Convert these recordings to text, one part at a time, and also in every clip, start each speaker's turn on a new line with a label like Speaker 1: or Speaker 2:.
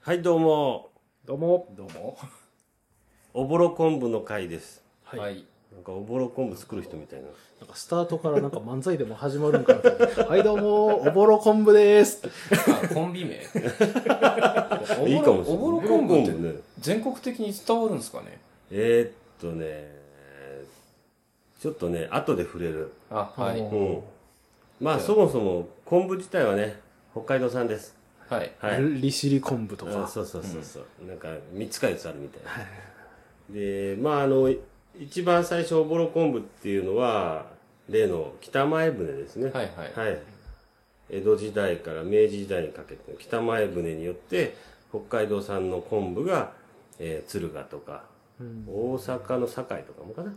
Speaker 1: はいどうも
Speaker 2: どうも。
Speaker 3: どうも。
Speaker 1: おぼろ昆布の会です
Speaker 2: はい
Speaker 3: い。
Speaker 1: なんかおぼろ昆布作る人みたいな
Speaker 2: なんかスタートからなんか漫才でも始まるんかなと思って。はい、どうも、おぼろ昆布です。
Speaker 3: あ、コン ビ名。
Speaker 1: いいかもしれない
Speaker 3: おぼろ昆布っ
Speaker 1: おぼろ昆布ね
Speaker 3: て全国的に伝わるんですかね。
Speaker 1: えー、っとねちょっとね後で触れる
Speaker 3: あ、はい。
Speaker 2: お
Speaker 1: うんまあそもそも昆布自体はね北海道産です
Speaker 3: はい。
Speaker 1: はい
Speaker 2: 利尻昆布と
Speaker 1: あ
Speaker 2: か。
Speaker 1: そうそうそうそう、なんか3つか4つあるみたいなでまああの一番最初おぼろ昆布っていうのは例の北前船ですね
Speaker 3: はいはい
Speaker 1: はい、江戸時代から明治時代にかけての北前船によって北海道産の昆布が、えー敦賀とか、大阪の堺とかもかな、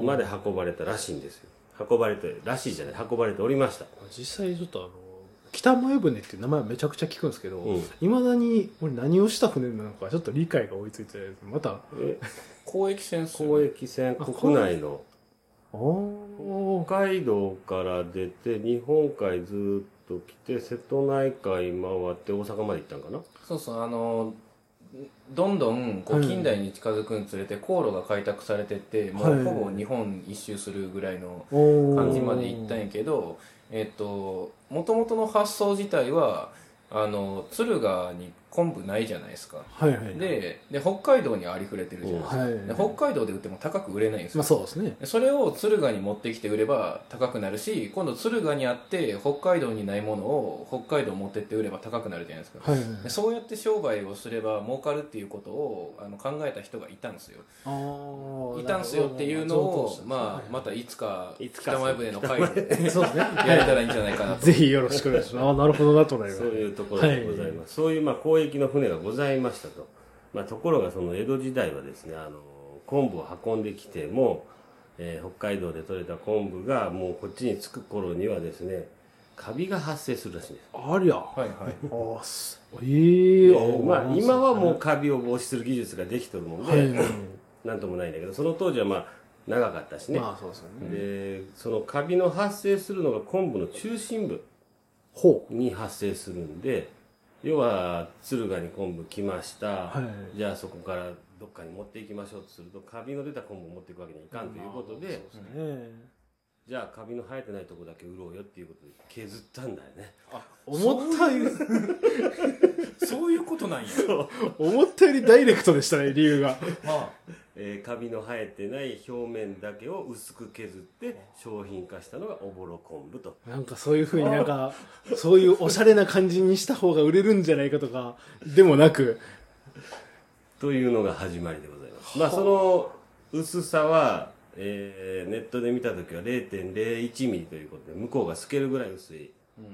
Speaker 1: まで運ばれたらしいんですよ運ばれてらしいじゃない運ばれておりました
Speaker 2: 実際ちょっとあの、北前船っていう名前めちゃくちゃ聞くんですけど
Speaker 1: うん、
Speaker 2: いまだに俺何をした船なのかちょっと理解が追いついてないです。また、
Speaker 1: え
Speaker 3: 交易船っすよね
Speaker 1: 交易船
Speaker 2: あ
Speaker 1: 国内の
Speaker 2: おー
Speaker 1: 北海道から出て日本海ずっと来て瀬戸内海回って大阪まで行ったんかな
Speaker 3: そうそう、あの、どんどんこう近代に近づくにつれて航路が開拓されてって、も
Speaker 2: はいう
Speaker 3: ほぼ日本一周するぐらいの
Speaker 2: お
Speaker 3: 感じまで行ったんやけど、えっと、もともとの発想自体は、あの、敦賀に昆布ないじゃないですか。
Speaker 2: はいはい。、
Speaker 3: で、で、北海道にありふれてるじゃないですか。
Speaker 2: はい。
Speaker 3: で北海道で売っても高く売れないんですよ
Speaker 2: まあ、そうですね。
Speaker 3: それを敦賀に持ってきて売れば高くなるし今度敦賀にあって北海道にないものを北海道持ってって売れば高くなるじゃないですか、
Speaker 2: はいはい。
Speaker 3: でそうやって商売をすれば儲かるっていうことをあの考えた人がいたんですよ
Speaker 2: あー
Speaker 3: いたんですよっていうのを、まあ、またいつか北前船の会で
Speaker 2: あ、そうですね。
Speaker 3: やれたらいいんじゃないかなと
Speaker 2: ぜひよろしくお願いします。ああ、なるほどなと思います。
Speaker 1: そういうところでございます、そういうまあ交易の船がございましたと、まあ、ところがその江戸時代はですねあの昆布を運んできても、えー北海道で採れた昆布がもうこっちに着く頃にはですねカビが発生するらしいんです
Speaker 2: ありゃ。
Speaker 3: はいはい
Speaker 2: ああ、すええ
Speaker 1: でまあ、今はもうカビを防止する技術ができてるもんで、
Speaker 2: はい、
Speaker 1: なんともないんだけどその当時はまあ長かったしね、
Speaker 2: まあそうですよね。
Speaker 1: でそのカビの発生するのが昆布の中心部
Speaker 2: ほ
Speaker 1: に発生するんで要は敦賀に昆布来ました、
Speaker 2: はい
Speaker 1: じゃあそこからどっかに持っていきましょうとするとカビの出た昆布を持っていくわけにはいかんということで,、
Speaker 2: う。ね
Speaker 1: じゃあカビの生えてないとこだけ売ろうよっていうことで削ったんだよね
Speaker 2: 思ったより、
Speaker 3: そういうことなんや
Speaker 2: 思ったよりダイレクトでしたね、理由が。
Speaker 3: ま
Speaker 1: えーカビの生えてない表面だけを薄く削って商品化したのがおぼろ昆布と
Speaker 2: なんかそういうふうになんか、そういうおしゃれな感じにした方が売れるんじゃないかとか、でもなく、
Speaker 1: というのが始まりでございます。まあ、その薄さは、えーネットで見たときは0.01ミリということで、向こうが透けるぐらい薄い
Speaker 3: あ、うん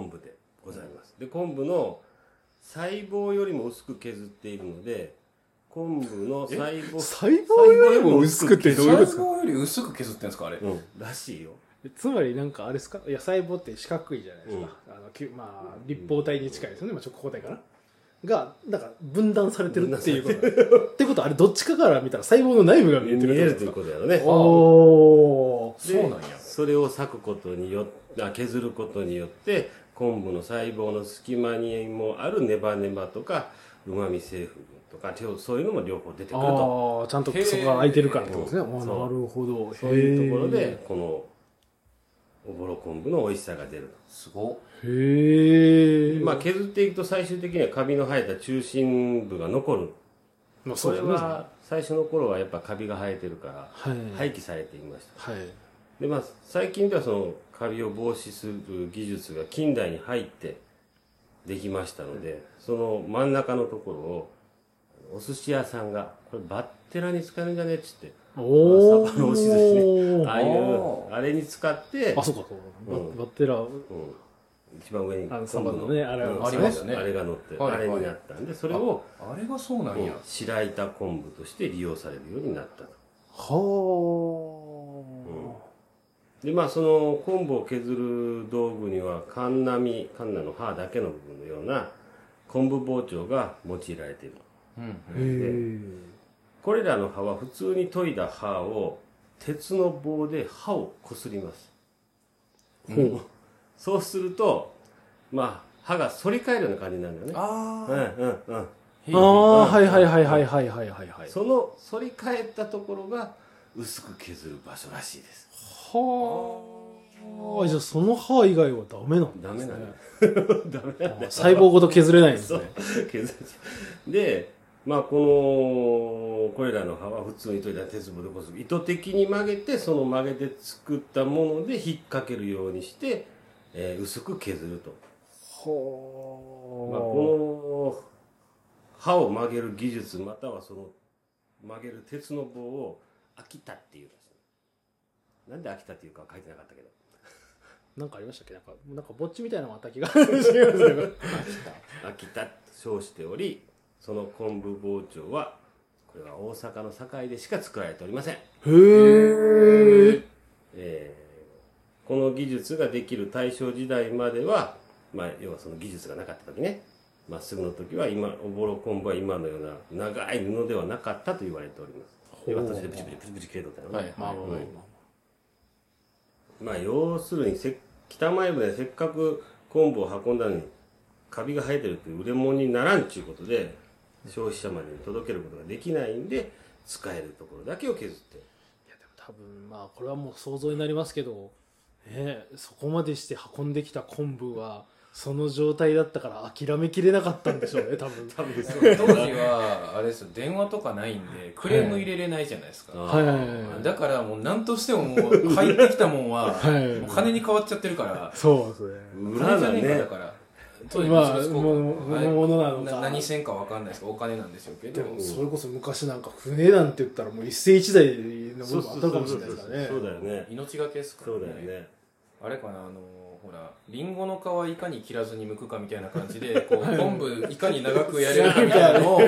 Speaker 1: 昆布でございます。で、昆布の細胞よりも薄く削っているので、昆布の細胞、
Speaker 2: 細胞よりも薄くってどういうことです
Speaker 3: 細胞
Speaker 2: か
Speaker 3: より薄く削ってんですかあれ、
Speaker 1: うん、らしいよ。
Speaker 2: つまりなんかあれですかいや、細胞って四角いじゃないですか。あのきゅまあ、立方体に近いですよね。まあ、直方体かな。が、なんか分断されてるっていうことだ。ってことは、あれどっちかから見たら細胞の内部が見
Speaker 1: 見
Speaker 2: えてる
Speaker 1: え
Speaker 2: って
Speaker 1: る
Speaker 2: こ
Speaker 1: い
Speaker 2: ととで
Speaker 1: う
Speaker 2: すか
Speaker 1: ことやろね。
Speaker 2: おー。
Speaker 3: そうなんや
Speaker 1: それを割くことによってあ削ることによって昆布の細胞の隙間にもあるネバネバとかうまみ成分とかてをそういうのも両方出てくると
Speaker 2: ああ、ちゃんとそこが空いてるからってことですね。あ
Speaker 1: へー
Speaker 2: ー
Speaker 1: そう
Speaker 2: なるほど。
Speaker 1: そういうところ
Speaker 2: へ
Speaker 1: でこのおぼろ昆布の美味しさが出る
Speaker 3: すごっ
Speaker 2: ー。へえ。
Speaker 1: まあ、削っていくと最終的にはカビの生えた中心部が残る
Speaker 2: まあ、
Speaker 1: それ
Speaker 2: ですねは
Speaker 1: は最初の頃はやっぱカビが生えてるから
Speaker 2: い。はい。
Speaker 1: 廃棄されていましたでまあ最近ではそのカビを防止する技術が近代に入ってできましたのでその真ん中のところをお寿司屋さんがこれバッテラに使えるんじゃねっつって
Speaker 2: お
Speaker 1: まあサバのおし寿
Speaker 2: ー。
Speaker 1: ああい
Speaker 3: お
Speaker 1: う
Speaker 3: ー
Speaker 1: あれに使って
Speaker 2: あ、そうか、そうか。ババッテラ、
Speaker 1: うん、一番上に
Speaker 2: あの
Speaker 1: 昆布
Speaker 2: サバのねあれ
Speaker 1: うん
Speaker 3: ありますね
Speaker 1: あれが乗ってる、
Speaker 3: はい
Speaker 1: あれになったんでそれを
Speaker 3: あれがそうなんや
Speaker 1: うん白板昆布として利用されるようになったと。
Speaker 2: は
Speaker 1: でまあその昆布を削る道具にはカンナミカンナの刃だけの部分のような昆布包丁が用いられている
Speaker 3: うん
Speaker 2: あ。へえ。
Speaker 1: これらの刃は普通に研いだ刃を鉄の棒で刃をこすります
Speaker 2: ほう。
Speaker 1: そうするとまあ歯が反り返るような感じになるんだよね。
Speaker 3: あ
Speaker 1: うんうんうん。
Speaker 3: ー
Speaker 2: ああ、はいはいはいはいはいはいはいはい。
Speaker 1: その反り返ったところが薄く削る場所らしいです。
Speaker 2: はあ。じゃあその歯以外はダメなんだ、
Speaker 1: ダ
Speaker 2: ね。
Speaker 1: メなのよ
Speaker 2: ね。。
Speaker 1: ダメなのよ。
Speaker 2: 細胞ごと削れないんです
Speaker 1: そう
Speaker 2: ね。
Speaker 1: 削っちゃうで、まあこの、これらの歯は普通に研いだ鉄棒でこす意図的に曲げて、その曲げて作ったもので引っ掛けるようにして、えー薄く削ると。まあ、
Speaker 2: は
Speaker 1: この歯を曲げる技術またはその曲げる鉄の棒を秋田っていうらしいなんで秋田っていうかは書いてなかったけど
Speaker 2: あ。なんかありましたっけなんか、なんかぼっちみたいなのもあった気が しますけど。
Speaker 1: 秋田と称しておりその昆布包丁はこれは大阪の堺でしか作られておりません、
Speaker 2: へえ。
Speaker 1: えーこの技術ができる大正時代までは、まあ、要はその技術がなかった時ねまっすぐの時は今おぼろ昆布は今のような長い布ではなかったと言われておりますで
Speaker 2: ほう
Speaker 1: 私でブチブチブチブチ切れとったよね、
Speaker 3: はいはい
Speaker 2: まあまあまあま
Speaker 1: まあ要するにせ北前船せっかく昆布を運んだのにカビが生えてるっていう売れ物にならんちゅうことで消費者までに届けることができないんで使えるところだけを削って
Speaker 2: あ。いやでも多分、まあこれはもう想像になりますけど、ねえ、そこまでして運んできた昆布は、その状態だったから諦めきれなかったんでし ょうね、多分。
Speaker 1: 多分
Speaker 3: 当時はあれですよ電話とかないんでクレーム入れれないじゃないですか、
Speaker 2: はいはいはいはい
Speaker 3: だからもう何としてももう入ってきたもんは、
Speaker 2: はい
Speaker 3: もう金に変わっちゃってるから
Speaker 2: そうですね。
Speaker 1: 裏だ
Speaker 3: 金じゃねえか
Speaker 1: ね
Speaker 3: だから
Speaker 2: まあ
Speaker 3: 当時
Speaker 2: もの
Speaker 3: はい
Speaker 2: ものなのか
Speaker 3: 何せんかわかんないですけどお金なんでしょうけ
Speaker 2: で
Speaker 3: ど
Speaker 2: もそれこそ昔なんか船なんて言ったらもう一世一代のも
Speaker 1: そう
Speaker 2: のがあ
Speaker 1: そ
Speaker 2: っ
Speaker 1: う
Speaker 2: た
Speaker 1: そうそうそう
Speaker 2: かもしれないですからね
Speaker 1: そうだよね
Speaker 3: 命がけですから
Speaker 1: そうだよね
Speaker 3: あれかなあのほらリンゴの皮いかに切らずに剥くかみたいな感じでこう昆布いかに長くやれるかみたいな のを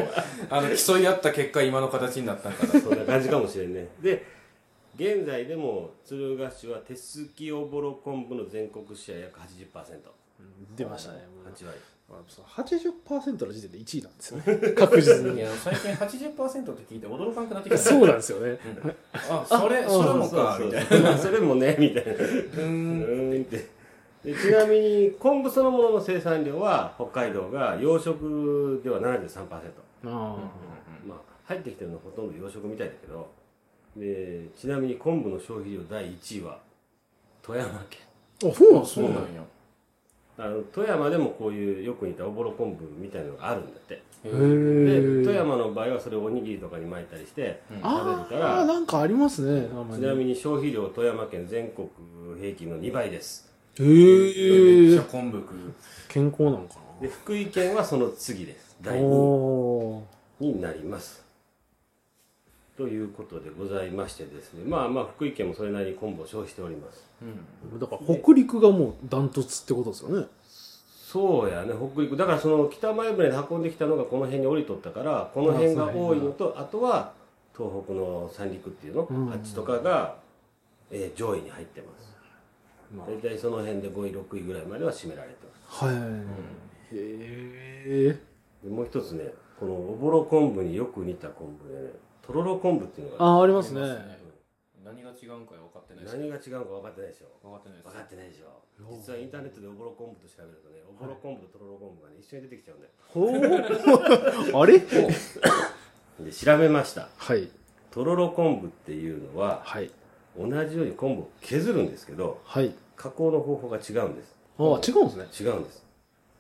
Speaker 3: あの競い合った結果今の形になったんかな
Speaker 1: そんな感じかもしれんねで現在でも鶴ヶ市は手すきおぼろ昆布の全国シェア約 80%8
Speaker 2: うん出ましたね
Speaker 1: 割
Speaker 2: まあその80%の時点で1位なんですよね確実
Speaker 3: い
Speaker 2: に
Speaker 3: や最近80%って聞いて驚かんくなってきた
Speaker 2: そうなんですよね
Speaker 3: うんあそれそれもかみたいな
Speaker 1: なそれもねみたいな
Speaker 3: うー
Speaker 1: うんーんってでちなみに昆布そのものの生産量は北海道が養殖では73%
Speaker 2: あ
Speaker 1: まあ入ってきてるのはほとんど養殖みたいだけどでちなみに昆布の消費量第1位は富山県
Speaker 2: ああそうなんです
Speaker 3: そうなん
Speaker 2: ね
Speaker 3: や
Speaker 1: あの富山でもこういうよく似たおぼろ昆布みたいのがあるんだって
Speaker 3: へ
Speaker 2: へ
Speaker 3: ー
Speaker 1: で
Speaker 2: え
Speaker 1: 富山の場合はそれをおにぎりとかに巻いたりして
Speaker 3: うん
Speaker 1: 食べる
Speaker 2: あ
Speaker 1: か
Speaker 2: あ
Speaker 1: ら
Speaker 2: なんかありますね
Speaker 1: ちなみ
Speaker 2: に
Speaker 1: に消費量富山県全国平均の2倍です
Speaker 3: め
Speaker 2: へ
Speaker 3: っちゃ
Speaker 2: え
Speaker 3: 昆布食う
Speaker 2: 健康なのか
Speaker 1: で福井県はその次です
Speaker 2: な
Speaker 1: 第2位
Speaker 2: お
Speaker 1: になりますということでございましてですねまあまあ福井県もそれなりに昆布を消費しております
Speaker 3: うん
Speaker 2: ーだから北陸がもうダントツってことですよね
Speaker 1: そうやね北陸だからその北前船で運んできたのがこの辺に降りとったからこの辺が多いのとあとは東北の三陸っていうの、
Speaker 2: うん
Speaker 1: あっちとかが、えー上位に入ってます
Speaker 2: まあ
Speaker 1: 大体その辺で5位6位ぐらいまでは占められてます
Speaker 2: はいへえ
Speaker 1: でもう一つねこのおぼろ昆布によく似た昆布でねとろろ昆布っていうのがあ
Speaker 2: ああありますね
Speaker 3: ありますね何が違うんか分かって
Speaker 1: る
Speaker 3: ないです
Speaker 1: 何が違うのか分かってないでしょ
Speaker 3: 分かってないです
Speaker 1: 分かってないでしょ
Speaker 2: よう
Speaker 1: 実はインターネットでおぼろ昆布と調べるとねおぼろ昆布ととろろ昆布がね一緒に出てきちゃうんだよ
Speaker 2: ほうあれ
Speaker 1: で調べました
Speaker 2: はい
Speaker 1: とろろ昆布っていうのは
Speaker 2: はい
Speaker 1: 同じように昆布を削るんですけど
Speaker 2: はい
Speaker 1: 加工の方法が違うんで
Speaker 2: あ違うんですね
Speaker 1: す違うんです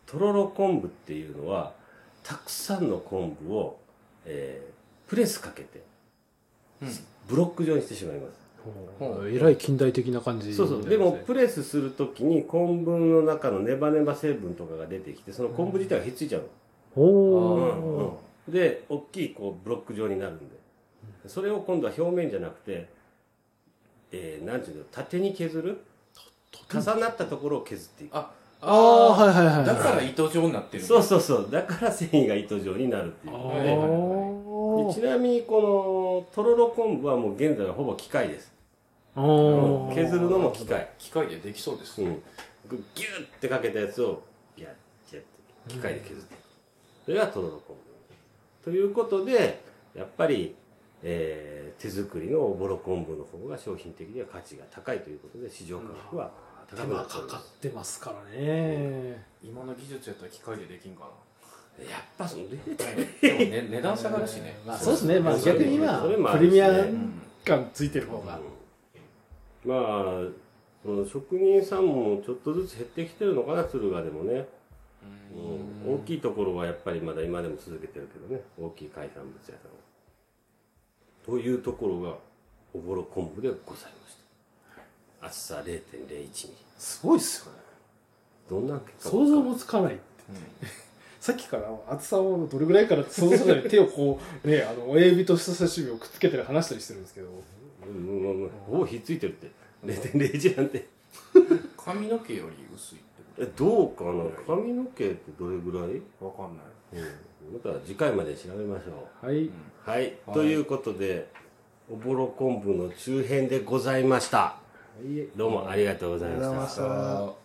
Speaker 1: とろろ昆布っていうのはたくさんの昆布を、えープレスかけてブロック状にしてしまいます
Speaker 3: ほう
Speaker 2: えらい近代的な感じ
Speaker 1: そうそう。でも、
Speaker 2: ね
Speaker 1: プレスするときに、昆布の中のネバネバ成分とかが出てきて、その昆布自体がひっついちゃう
Speaker 2: お
Speaker 1: の。
Speaker 3: うん
Speaker 1: うんうんで、大きい、こう、ブロック状になるんで。それを今度は表面じゃなくて、えー、なんていうの、縦に削る重なったところを削っていく。
Speaker 3: あ
Speaker 2: ああはいはいはい
Speaker 3: だから糸状になってる
Speaker 1: そううそうそう。だから繊維が糸状になるっていう。
Speaker 3: ーはいは
Speaker 1: で
Speaker 3: い
Speaker 1: ちなみに、この、とろろ昆布はもう現在はほぼ機械です。
Speaker 2: あ
Speaker 1: うん削るのも機械。
Speaker 3: 機械でできそうです
Speaker 1: う
Speaker 3: ね
Speaker 1: ん、ギュッてかけたやつをギャッギャッて機械で削っていくそれがとろろ昆布ということでやっぱり、えー手作りのおぼろ昆布の方が商品的には価値が高いということで市場価格は
Speaker 2: 手
Speaker 1: 高くな
Speaker 2: 間
Speaker 1: っちゃ
Speaker 2: か
Speaker 1: うんです
Speaker 2: かってますからね、
Speaker 3: 今の技術やったら機械でできんかな
Speaker 1: やっぱそのデータ
Speaker 3: でも、ね、値段下がるしね、
Speaker 2: まあ、そうですね、まあ、
Speaker 1: そう
Speaker 2: 逆に今、
Speaker 1: それもあ
Speaker 2: プ
Speaker 1: る
Speaker 2: レ
Speaker 1: しね
Speaker 2: ミア
Speaker 3: うん
Speaker 2: 感ついてる方が、
Speaker 1: まあその職人さんもちょっとずつ減ってきてるのかな敦賀でもね、うん、大きいところはやっぱりまだ今でも続けてるけどね大きい海産物屋さんはというところがおぼろ昆布でございました厚さ0 0 1ミリ
Speaker 2: すごいっすよね。
Speaker 1: どんな結果
Speaker 2: 想像もつかないって。さっきから厚さをどれぐらいからって想像するのに手をこう、ね、あの、親指と人差し指をくっつけたり離したりしてるんですけど、
Speaker 1: うんうんうんうんほぼひっついてるって0.01なんて
Speaker 3: 髪の毛より薄いってこ
Speaker 1: えどうかな髪の毛ってどれぐらい、
Speaker 3: とわかんない
Speaker 1: また次回まで調べましょう
Speaker 2: はい。
Speaker 1: はい、ということでおぼろ昆布の中編でございました
Speaker 2: はい
Speaker 1: どうもありがとうございました
Speaker 2: ありがとうございました
Speaker 3: さあ